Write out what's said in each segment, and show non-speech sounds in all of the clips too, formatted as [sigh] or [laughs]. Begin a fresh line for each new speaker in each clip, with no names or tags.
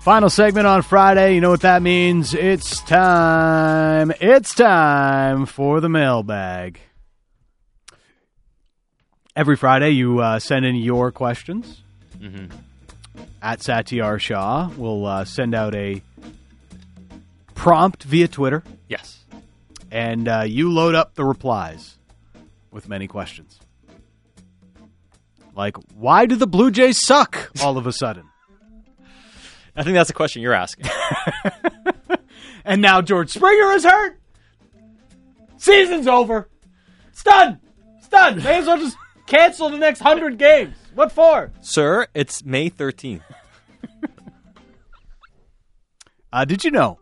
Final segment on Friday. You know what that means? It's time. It's time for the mailbag. Every Friday, you uh, send in your questions. At Satyar Shah, we'll uh, send out a prompt via Twitter,
Yes.
and uh, you load up the replies with many questions. Like, why do the Blue Jays suck all of a sudden?
I think that's the question you're asking. [laughs]
And now George Springer is hurt. Season's over. It's done. It's done. May as well just cancel the next hundred games. What for?
Sir, it's May 13th.
Uh, did you know?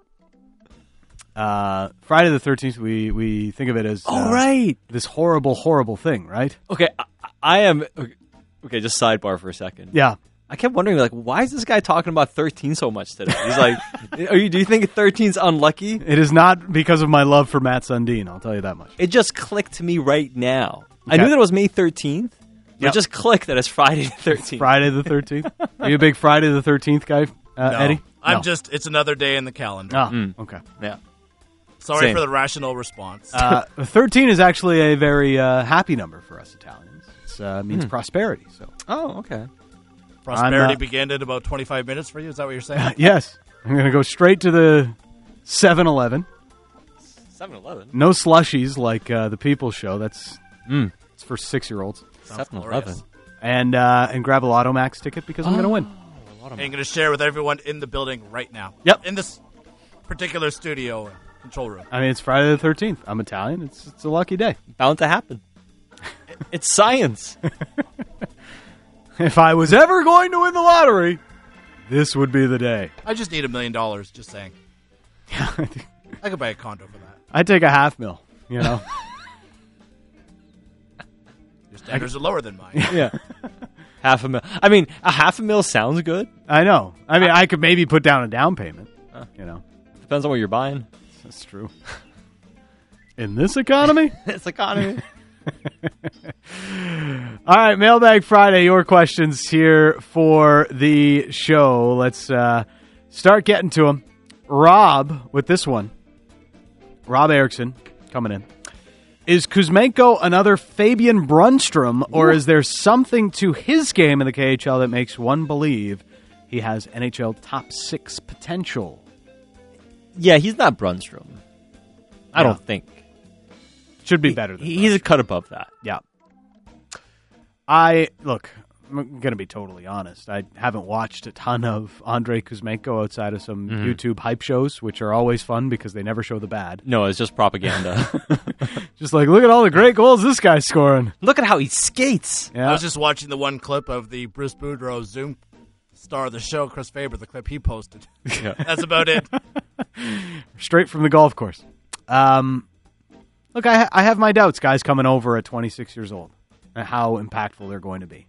Uh, Friday the thirteenth. We we think of it as uh,
right.
This horrible, horrible thing, right?
Okay, I, I am. Okay, just sidebar for a second.
Yeah.
I kept wondering, like, why is this guy talking about 13 so much today? He's like, [laughs] are you, do you think 13's unlucky?
It is not because of my love for Matt Sundin. I'll tell you that much.
It just clicked to me right now. I
Okay.
knew that it was May 13th. but
Yep.
It just clicked that it's Friday the 13th.
Friday the [laughs] thirteenth. Are you a big Friday the thirteenth guy, uh,
No.
Eddie?
I'm
No.
just, Mm. it's another day in the calendar.
Ah, okay.
Yeah.
Sorry
Same.
for the rational response.
Uh, [laughs] 13 is actually a very uh, happy number for us Italians. It uh, means prosperity. So
Oh, okay.
Prosperity
I'm, uh,
began in about 25 minutes for you. Is that what you're saying?
yes, I'm going to go straight to the 7-Eleven.
7 Eleven.
No slushies like uh, the People Show. That's
Mm.
it's for six year olds.
7
glorious.
Eleven.
And uh, and grab a Lotto Max ticket because I'm going to win.
And I'm going to share with everyone in the building right now.
Yep.
In this particular studio and control room.
I mean, it's Friday the 13th. I'm Italian. It's it's a lucky day. [laughs]
Bound to happen. it's science.
If I was ever going to win the lottery, this would be the day.
I just need a million dollars, just saying. I could buy a condo for that.
I take a half mil. You know.
Your standards are lower than mine.
[laughs] yeah. [laughs] half a mil. I mean, a half a mil sounds good.
I know. I mean, I could maybe put down a down payment. You know,
Depends on what you're buying.
that's true. In this economy?
[laughs]
[laughs]
it's economy.
All right, Mailbag Friday, your questions here for the show. Let's uh, start getting to them. Rob with this one. Rob Erickson coming in. Is Kuzmenko another Fabian Brunstrom, or is there something to his game in the KHL that makes one believe he has NHL top six potential?
[laughs] yeah, he's not Brunstrom. I
Yeah.
don't think.
Should be better than
He- He's a cut above that.
Yeah. I look, I'm going to be totally honest. I haven't watched a ton of Andre Kuzmenko outside of some YouTube hype shows, which are always fun because they never show the bad.
No, it's just propaganda.
Just like, look at all the great goals this guy's scoring.
[laughs] Look at how he [laughs] skates.
Yeah.
I was just watching the one clip of the Bruce Boudreau Zoom star of the show, Chris Faber, the clip
[laughs]
he posted. That's about it.
straight from the golf course. Um, look, I, ha- I have my doubts, guys, coming over at 26 years old and how impactful they're going to be.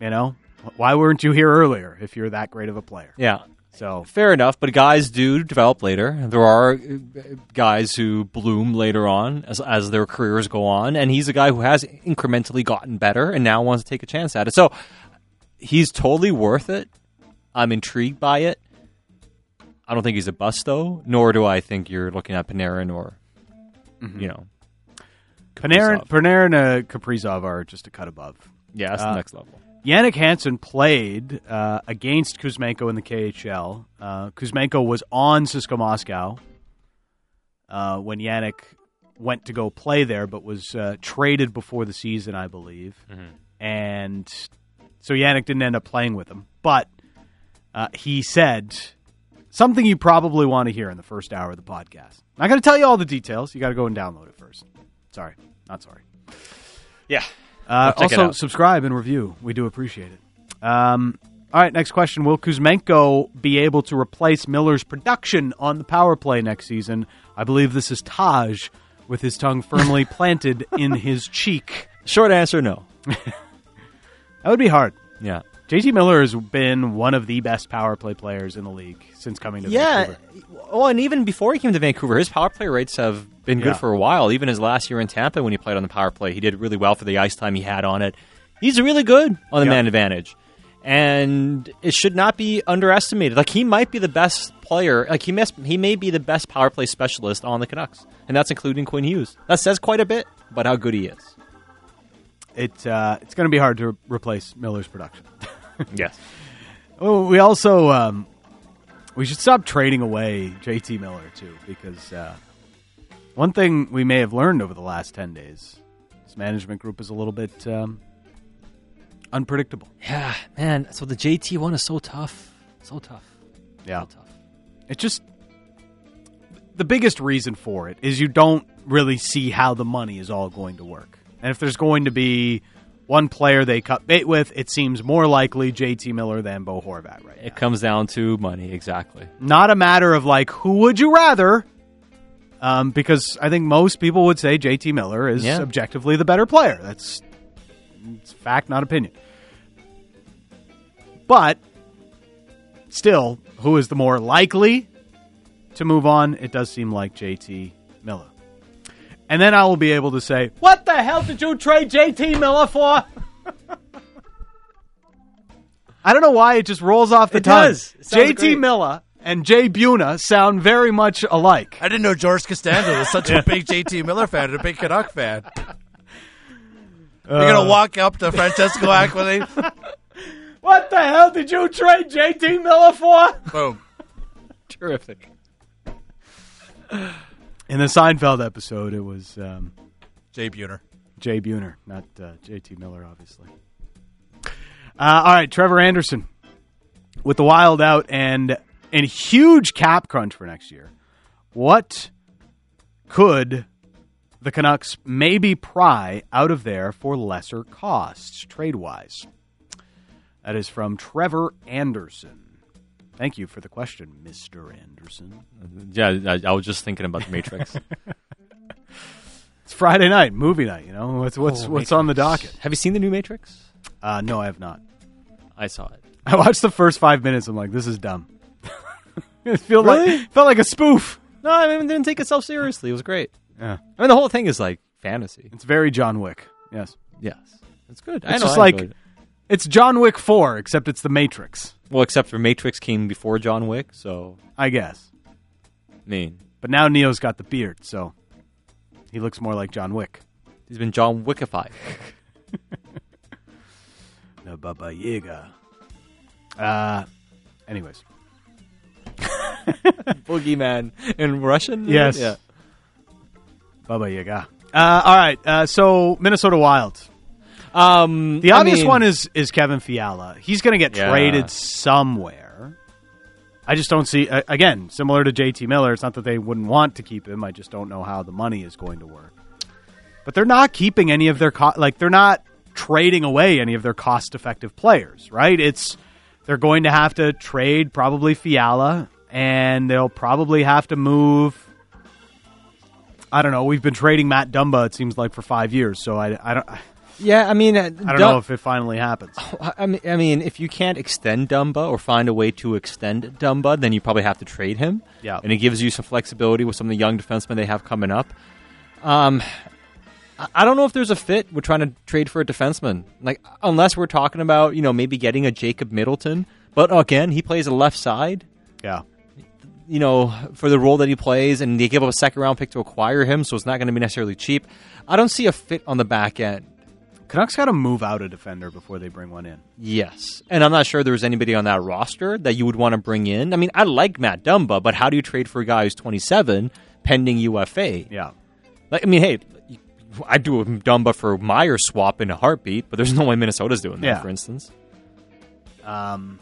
You know, why weren't you here earlier if you're that great of a player?
Yeah.
So,
Fair enough, but guys do develop later. There are uh, guys who bloom later on as, as their careers go on, and he's a guy who has incrementally gotten better and now wants to take a chance at it. So he's totally worth it. I'm intrigued by it. I don't think he's a bust, though, nor do I think you're looking at Panarin or, you know,
Panarin,
Kaprizov.
Panarin, and Kaprizov are just a cut above.
yeah, that's
Uh,
the next level.
Yannick Hansen played uh, against Kuzmenko in the KHL. Uh, Kuzmenko was on Cisco Moscow uh, when Yannick went to go play there, but was uh, traded before the season, I believe. And so Yannick didn't end up playing with him. But uh, he said something you probably want to hear in the first hour of the podcast. I'm not going to tell you all the details. You got to go and download it first. Sorry. Not sorry.
Yeah.
Uh,
I'll check it
also,
out.
subscribe and review. We do appreciate it. Um, all right, next question. Will Kuzmenko be able to replace Miller's production on the power play next season? I believe this is Taj with his tongue
[laughs]
firmly planted in his cheek.
Short answer no.
That would be hard.
Yeah.
JT Miller has been one of the best power play players in the league since coming to
Yeah.
Vancouver.
Oh, and even before he came to Vancouver, his power play rates have been
Yeah.
good for a while. Even his last year in Tampa, when he played on the power play, he did really well for the ice time he had on it. He's really good on the
Yeah.
man advantage. and it should not be underestimated. Like he might be the best player. Like he mess, he may be the best power play specialist on the Canucks, and that's including Quinn Hughes. That says quite a bit about how good
[laughs]
he is.
It uh, it's going to be hard to replace Miller's production.
yes.
Oh, we also um, we should stop trading away JT Miller too, because uh, one thing we may have learned over the last ten days, this management group is a little bit um, unpredictable.
Yeah, man. So the JT one is so tough. So tough.
Yeah,
So tough.
it just the biggest reason for it is you don't really see how the money is all going to work, and if there's going to be one player they cut bait with, it seems more likely JT Miller than Bo Horvat right now.
It comes down to money, exactly.
not a matter of like who would you rather um, because i think most people would say jt miller is
Yeah.
objectively the better player that's it's fact not opinion but still who is the more likely to move on it does seem like jt miller and then i will be able to say what the hell did you trade jt miller for [laughs] I don't know why it just rolls off the
It
tongue.
does. It sounds
JT
great.
Miller and Jay Buna sound very much alike.
I didn't know George Costanza was such a big JT Miller fan and a big Canuck fan. You're
Uh.
Uh,
gonna walk up to
[laughs]
Francesco Aquilini,
What the hell did you trade JT Miller for?
boom.
Terrific.
In the Seinfeld episode, it was um,
Jay Buhner.
Jay Buhner, not uh, JT Miller, obviously. Uh, all right, Trevor Anderson with the Wild out and and huge cap crunch for next year. What could the Canucks maybe pry out of there for lesser costs trade wise? That is from Trevor Anderson. Thank you for the question, Mister Anderson.
Yeah, I, I was just thinking about the Matrix.
It's Friday night, movie night. You know what's what's
Oh,
what's on the
Matrix.
docket?
[laughs] Have you seen the new Matrix?
Uh, no, I have not.
I saw it.
[laughs] I watched the first five minutes. I'm like, this is dumb. [laughs] it felt
Really?
like felt like a spoof.
No, I mean, it didn't take itself seriously. It was great.
Yeah,
I mean, the whole thing is like fantasy.
it's very John Wick. Yes,
Yes, it's good. I
It's
know,
just
I
like-
enjoyed it.
it's John Wick Four, except it's the Matrix.
well, except for Matrix came before John Wick, so
I guess,
I mean,
but now Neo's got the beard, so he looks more like John Wick.
he's been John Wickified.
The Baba Yaga. Uh, anyways,
[laughs] Boogeyman in Russian.
Yes.
Yeah.
Baba Yaga. Uh, all right, uh, so Minnesota Wild.
Um,
The
I
obvious
mean,
one is is Kevin Fiala. He's going to get
Yeah.
traded somewhere. I just don't see. Uh, again, similar to JT Miller, it's not that they wouldn't want to keep him. I just don't know how the money is going to work. But they're not keeping any of their co- like they're not trading away any of their cost effective players, right? It's they're going to have to trade probably Fiala, and they'll probably have to move I don't know. We've been trading Matt Dumba. It seems like for five years. So I, I don't.
Yeah, I mean, uh,
I don't know if it finally happens.
I mean, I mean, if you can't extend Dumba or find a way to extend Dumba, then you probably have to trade him.
Yeah.
and it gives you some flexibility with some of the young defensemen they have coming up. Um, I- I don't know if there's a fit. We're trying to trade for a defenseman, like unless we're talking about you know maybe getting a Jacob Middleton, but again, he plays a left side.
Yeah.
You know, for the role that he plays, and they give up a second round pick to acquire him, so it's not going to be necessarily cheap. I don't see a fit on the back end.
Canucks got to move out a defender before they bring one in.
Yes. And I'm not sure there was anybody on that roster that you would want to bring in. I mean, I like Matt Dumba, but how do you trade for a guy who's 27 pending UFA?
Yeah.
Like, I mean, hey, I'd do a Dumba for Meyer swap in a heartbeat, but there's no way Minnesota's doing that,
Yeah.
for instance.
Um,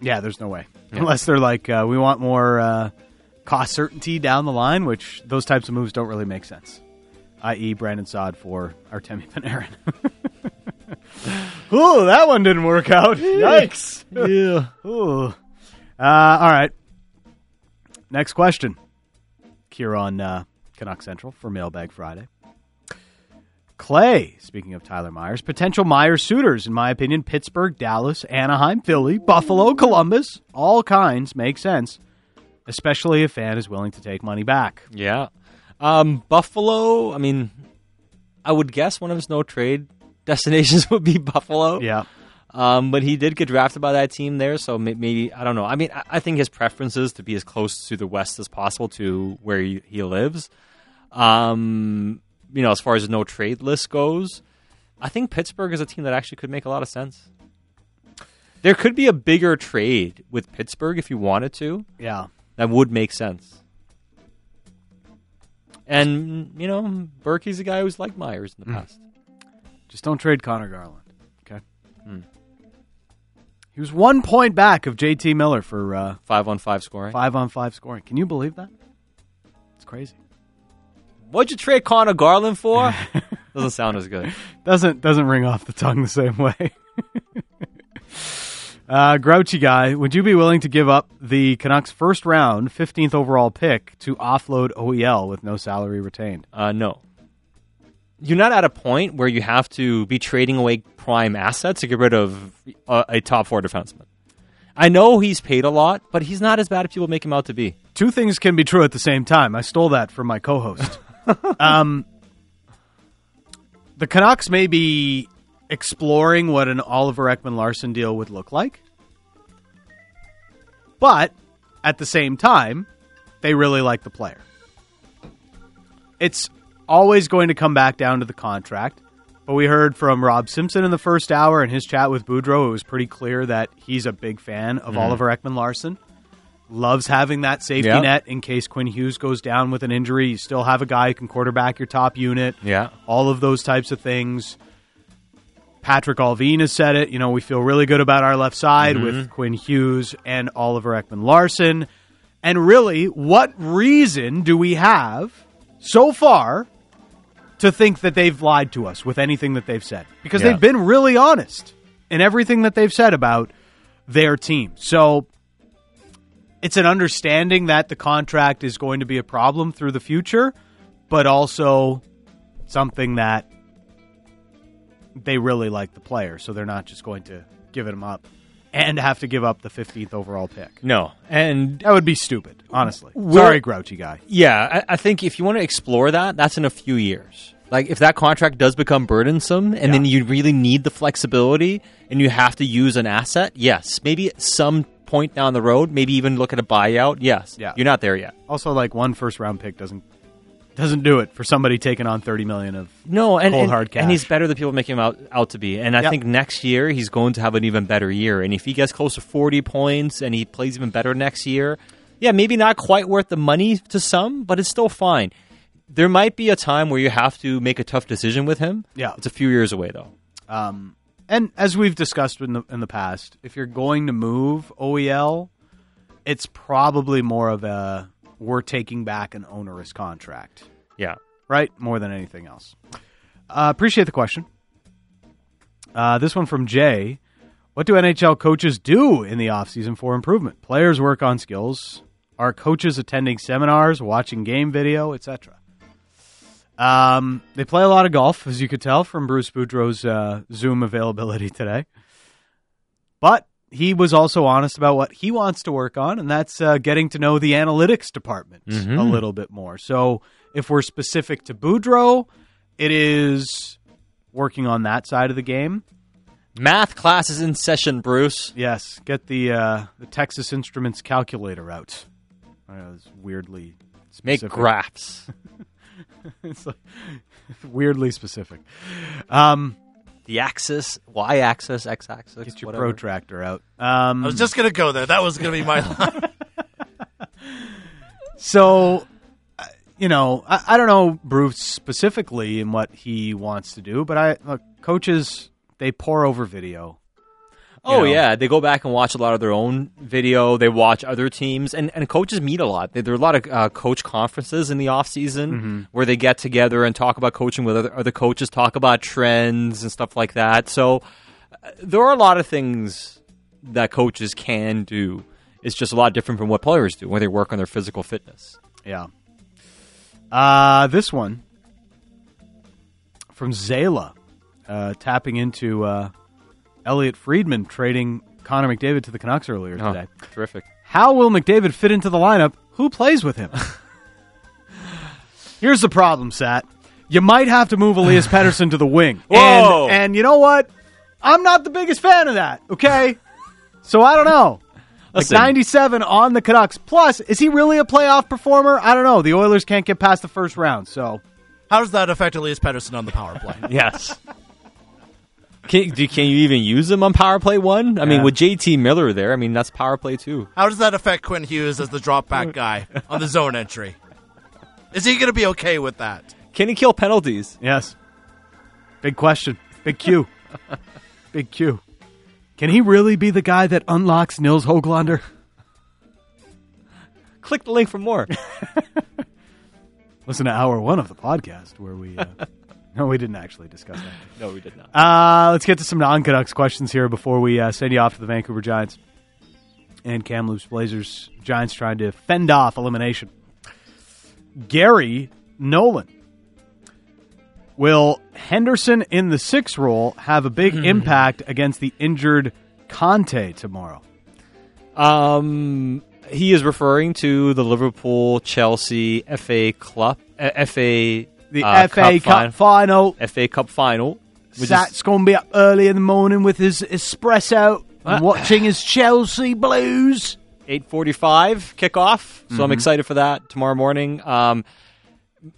yeah, there's no way. Unless they're like, uh, we want more uh, cost certainty down the line, which those types of moves don't really make sense. I.e., Brandon Sod for Artemi Panarin. [laughs] Ooh, that one didn't work out. [laughs] Yikes.
yeah.
[laughs] Ooh. Uh, all right. Next question. Here on uh, Canuck Central for Mailbag Friday. Clay, speaking of Tyler Myers, potential Myers suitors, in my opinion, Pittsburgh, Dallas, Anaheim, Philly, Buffalo, Columbus, all kinds make sense, especially if fan is willing to take money back.
Yeah. Um, Buffalo, I [laughs] mean, I would guess one of his no trade destinations would be Buffalo.
Yeah.
Um, but he did get drafted by that team there, so may- maybe I don't know. I mean, I, I think his preference is to be as close to the West as possible to where he, he lives. Um, you know, as far as no trade list goes, I think Pittsburgh is a team that actually could make a lot of sense. There could be a bigger trade with Pittsburgh if you wanted to.
Yeah.
That would make sense. And you know, Berkey's a guy who's like Myers in the past.
Just don't trade Connor Garland. Okay. He was one point back of JT Miller for uh,
Five on five scoring.
five on five scoring. Can you believe that? It's crazy.
What'd you trade Connor Garland for? Doesn't sound as good.
Doesn't doesn't ring off the tongue the same way. [laughs] uh, grouchy guy, would you be willing to give up the Canucks' first round, fifteenth overall pick, to offload OEL with no salary retained?
Uh, no. You're not at a point where you have to be trading away prime assets to get rid of a, a top four defenseman. I know he's paid a lot, but he's not as bad as people make him out to be.
Two things can be true at the same time. I stole that from my co-host. um, the Canucks may be exploring what an Oliver Ekman Larson deal would look like, but at the same time, they really like the player. It's always going to come back down to the contract. But we heard from Rob Simpson in the first hour in his chat with Boudreaux. It was pretty clear that he's a big fan of Oliver Ekman Larson loves having that safety
Yeah.
net in case Quinn Hughes goes down with an injury. You still have a guy who can quarterback your top unit.
Yeah.
All of those types of things. Patrick Alvine has said it. You know, we feel really good about our left side
Mm-hmm.
with Quinn Hughes and Oliver Ekman Larson. And really, what reason do we have so far to think that they've lied to us with anything that they've said? Because
Yeah.
they've been really honest in everything that they've said about their team. So it's an understanding that the contract is going to be a problem through the future, but also something that they really like the player, so they're not just going to give him up and have to give up the 15th overall pick.
No. And
That would be stupid, honestly.
Will-
Sorry, grouchy guy.
Yeah, I, I think if you want to explore that, that's in a few years. Like if that contract does become burdensome, and then you really need the flexibility, and you have to use an asset, yes, maybe at some point down the road, maybe even look at a buyout. Yes,
Yeah.
you're not there yet.
Also, like one first round pick doesn't doesn't do it for somebody taking on 30 million of
No, and
Cold
and,
hard
and he's
cash.
better than people make him out, out to be. And I
Yep.
think next year he's going to have an even better year. And if he gets close to forty points and he plays even better next year, yeah, maybe not quite worth the money to some, but it's still fine. There might be a time where you have to make a tough decision with him.
Yeah.
it's a few years away though.
Um, and as we've discussed in the in the past, if you're going to move OEL, it's probably more of a we're taking back an onerous contract,
Yeah,
right? More than anything else. Uh, appreciate the question. Uh, this one from Jay. What do NHL coaches do in the offseason for improvement? Players work on skills. Are coaches attending seminars, watching game video, etc.? Um, they play a lot of golf, as you could tell from Bruce Boudreaux's uh, Zoom availability today. But he was also honest about what he wants to work on, and that's uh, getting to know the analytics department
Mm-hmm.
a little bit more. So if we're specific to Boudreaux, it is working on that side of the game.
math class is in session, Bruce.
Yes, get the uh, the Texas Instruments calculator out. I know it's weirdly
Make
specific.
graphs.
[laughs]
[laughs]
it's like, [laughs] weirdly specific. Um,
the axis, y axis, x axis.
get your
whatever.
protractor out. Um,
I was just gonna go there. That was gonna
[laughs]
be my line.
so uh, you know, I, I don't know Bruce specifically and what he wants to do, but I look, coaches they pour over video.
Oh
know?
yeah, they go back and watch a lot of their own video. They watch other teams, and, and coaches meet a lot. There there are a lot of uh, coach conferences in the off season
Mm-hmm.
where they get together and talk about coaching with other, other coaches, talk about trends and stuff like that. So uh, there are a lot of things that coaches can do. It's just a lot different from what players do when they work on their physical fitness.
Yeah. Uh, this one from Zayla, uh, tapping into uh, Elliot Friedman trading Connor McDavid to the Canucks earlier
Oh,
today.
terrific.
How will McDavid fit into the lineup? Who plays with him? [laughs] Here's the [laughs] problem, Sat. You might have to move Elias Pettersson to the wing.
Whoa!
And, and you know what? I'm not the biggest fan of that. [laughs] Okay, so I don't know. Like
Listen.
97 on the Canucks. Plus, is he really a playoff performer? I don't know. The Oilers can't get past the first round, so
How does that affect Elias Pettersson on the power play?
Yes. Can, do, can you even use him on power play one? I
Yeah.
mean, with JT Miller there, I mean that's power play two.
How does that affect Quinn Hughes as the drop back guy on the zone entry? Is he going to be okay with that?
Can he kill penalties?
yes. Big question. Big [laughs] Q. Big Q. Can he really be the guy that unlocks Nils Hoglander?
Click the link for more.
Listen to hour one of the podcast where we. Uh, [laughs] no, we didn't actually discuss that.
[laughs] no, we did not.
Uh, let's get to some non Canucks questions here before we uh, send you off to the Vancouver Giants and Kamloops Blazers. Giants trying to fend off elimination. Gary Nolan. Will Henderson in the six role have a big impact against the injured Conte tomorrow?
Um, he is referring to the Liverpool Chelsea FA Club uh, FA
The
uh,
FA Cup,
Cup
final.
fin- FA Cup final. which
Sat's
is-
going to be up early in the morning with his espresso and
What?
watching his Chelsea Blues.
8:45 kickoff. So I'm excited for that tomorrow morning. Um,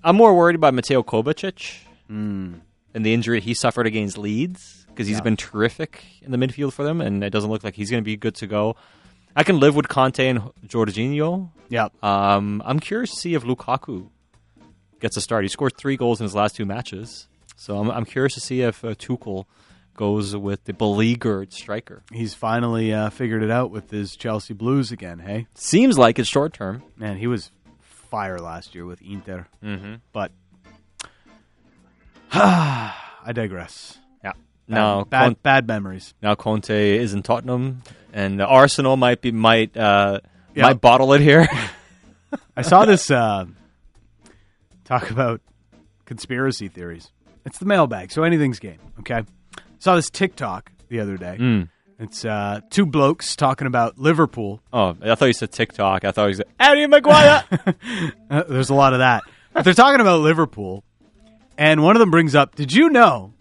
I'm more worried about Mateo Kovacic and the injury he suffered against Leeds because he's been terrific in the midfield for them, and it doesn't look like he's going to be good to go. I can live with Conte and Jorginho.
Yep.
Um, I'm curious to see if Lukaku gets a start. He scored three goals in his last two matches, so I'm, I'm curious to see if uh, Tuchel goes with the beleaguered striker.
He's finally uh, figured it out with his Chelsea Blues again. Hey,
Seems like it's short term.
man, he was fire last year with Inter, mm-hmm. but [sighs] I digress.
Yeah.
Bad-
Now,
bad,
Con-
bad memories.
now Conte is in Tottenham, and Arsenal might be might uh,
Yeah.
might bottle it [laughs] here.
I saw this uh, talk about conspiracy theories. It's the mailbag, so anything's game. Okay, saw this TikTok the other day. It's uh, two blokes talking about Liverpool.
oh, I thought you said TikTok. I thought you said Harry Maguire.
Uh, there's a lot of that. But they're talking about Liverpool, and one of them brings up Did you know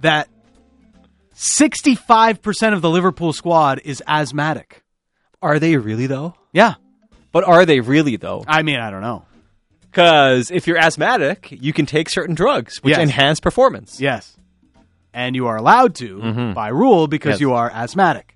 that 65% of the Liverpool squad is asthmatic?
[laughs] are they really though?
Yeah.
But are they really though?
I mean, I don't know.
Because if you're asthmatic, you can take certain drugs which
Yes.
enhance performance.
Yes. And you are allowed to by rule because
Yes.
you are asthmatic.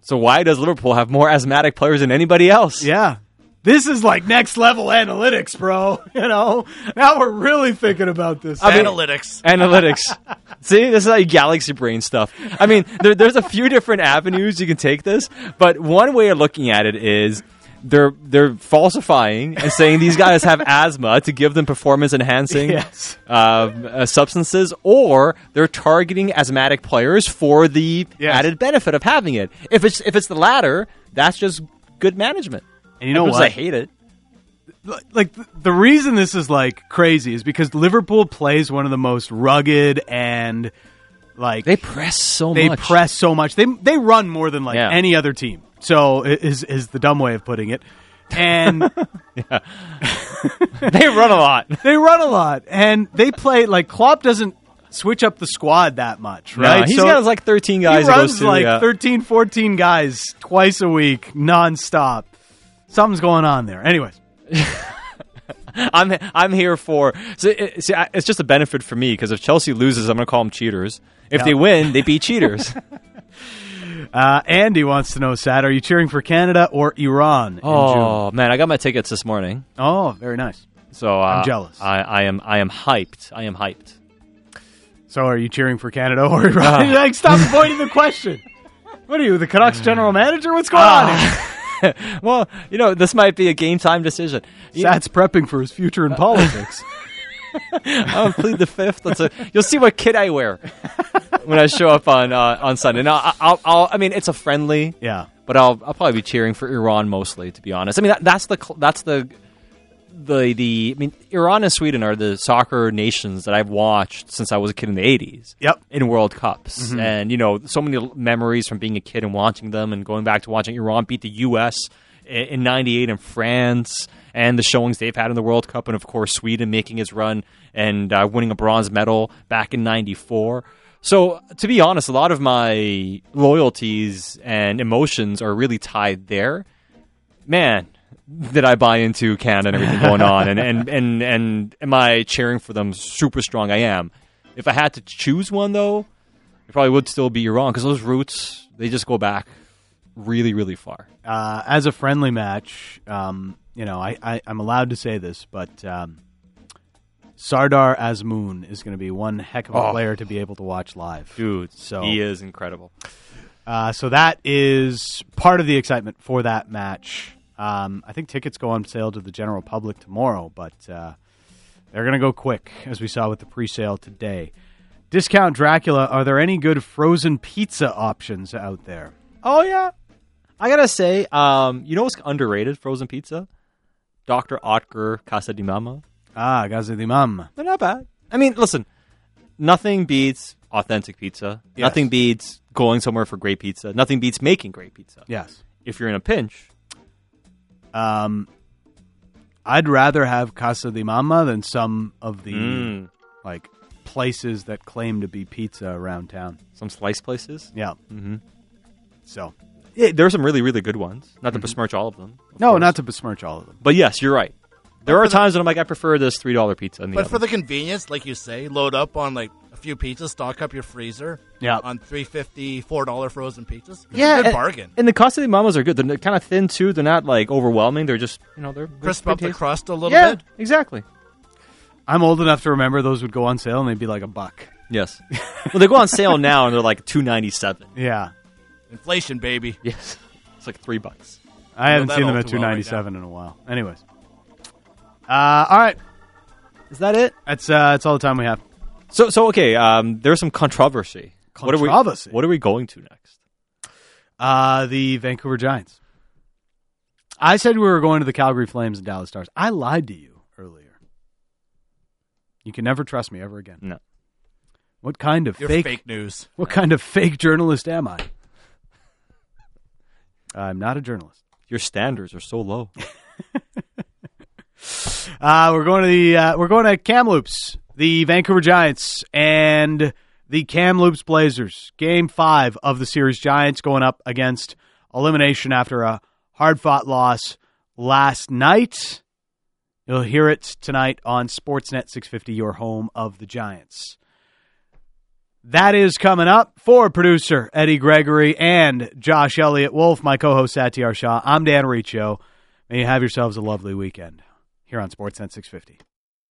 So why does Liverpool have more asthmatic players than anybody else?
Yeah. This is like next level analytics, bro. [laughs] You know, now we're really thinking about this.
Analytics.
Analytics. See, this is how you galaxy brain stuff. I mean, there, there's a few different avenues you can take this, but one way of looking at it is they're they're falsifying and saying these guys
[laughs]
have asthma to give them performance
[laughs]
enhancing
Yes.
um, uh, substances, or they're targeting asthmatic players for the
Yes.
added benefit of having it. If it's if it's the latter, that's just good management.
And you know
As much as
what?
I hate it.
like th- the reason this is like crazy is because Liverpool plays one of the most rugged and like
They press so
they
much.
press so much. They they run more than like
Yeah.
any other team. So i- is is the dumb way of putting it. And
[laughs] they run a lot.
they run a lot and they play like Klopp doesn't switch up the squad that much,
Right?
right?
he's
So
got like 13 guys.
he runs
goes to,
like
yeah.
thirteen, fourteen 13 14 guys twice a week nonstop. Something's going on there. Anyways,
I'm I'm here for. So it, see, I, it's just a benefit for me because if Chelsea loses, I'm going to call them cheaters. If
Yeah.
they win, they be [laughs] cheaters.
uh, Andy wants to know, Sad, are you cheering for Canada or Iran in June?
oh man, I got my tickets this morning,
Oh, very nice.
so uh,
I'm jealous.
I, I am I am hyped. I am hyped.
So, are you cheering for Canada or Iran? [laughs] like, stop avoiding the question. What are you, the Canucks general manager? What's going on? Here?
Well, you know, this might be a game time [laughs] decision. You-
Sat's prepping for his future in politics.
I'll plead the fifth. That's a, you'll see what kit I wear when I show up on uh, on Sunday. Now, I, I'll, I'll, I mean, it's a friendly.
yeah,
but I'll I'll probably be cheering for Iran mostly, to be honest. I mean, that, that's the cl- that's the the the. I mean, Iran and Sweden are the soccer nations that I've watched since I was a kid in the eighties.
Yep.
in World Cups, and you know, so many l- memories from being a kid and watching them, and going back to watching Iran beat the U.S. i- in '98 and France. And the showings they've had in the World Cup, and of course Sweden making its run and uh, winning a bronze medal back in '94. So, to be honest, a lot of my loyalties and emotions are really tied there. Man, did I buy into Canada and everything going on? And, and, and, and am I cheering for them super strong? I am. If I had to choose one, though, it probably would still be Iran because those roots, they just go back really, really far.
uh, as a friendly match, um, you know, I, I, I'm allowed to say this, but um, Sardar Azmoon is going to be one heck of a
Oh.
player to be able to watch live.
Dude,
so-
he is incredible.
Uh, so that is part of the excitement for that match. Um, I think tickets go on sale to the general public tomorrow, but uh, they're going to go quick, as we saw with the pre sale today. Discount Dracula, are there any good frozen pizza options out there?
Oh yeah. I gotta say, um, you know what's underrated? Frozen pizza, Doctor Otker Casa di Mama.
Ah, Gazi Imam.
They're not bad. I mean, listen, nothing beats authentic pizza.
Yes.
Nothing beats going somewhere for great pizza. Nothing beats making great pizza.
Yes.
If you're in a pinch,
Um, I'd rather have Casa di Mama than some of the
mm,
like places that claim to be pizza around town.
some slice places.
Yeah.
Mm-hmm.
Mhm.
So
Yeah, there are some really, really good ones. Not to besmirch all of them. of
no,
course.
not to besmirch all of them.
But yes, you're right. There are
for the-
times when I'm like, I prefer this three dollar pizza. than the
But for
other.
the convenience, like you say, load up on like a few pizzas, stock up your freezer.
Yeah.
On three fifty, four dollar frozen pizzas. It's a
Yeah,
good
and-
bargain.
And the Casa de Mamas are good. They're kind of thin too. They're not like overwhelming. They're just you know they're they're
Crisp
pretty
up the
tasty.
crust a little
Yeah,
bit.
exactly.
I'm old enough to remember those would go on sale and they'd be like a buck.
Yes. well, they go on [laughs] sale now and they're like two ninety seven.
Yeah.
Inflation, baby.
Yes, it's like three bucks.
I haven't
that
seen them
all
at
too well right
297 in a while. Anyways. Uh, all right.
Is that it?
That's uh, that's all the time we have.
So so okay. Um, there's some controversy. What are
Controversy?
we? What are we going to next?
Uh, the Vancouver Giants. I said we were going to the Calgary Flames and Dallas Stars. I lied to you earlier. You can never trust me ever again.
No.
What kind of
You're
fake,
fake, news.
What kind of fake journalist am I? I'm not a journalist.
Your standards are so low.
Uh, we're going to the uh, we're going to Kamloops, the Vancouver Giants, and the Kamloops Blazers. Game five of the series, Giants going up against elimination after a hard fought loss last night. You'll hear it tonight on Sportsnet 650, your home of the Giants. That is coming up for producer Eddie Gregory and Josh Elliott Wolf, my co host Satyar Shah. I'm Dan Riccio. May you have yourselves a lovely weekend here on Sportsnet 650.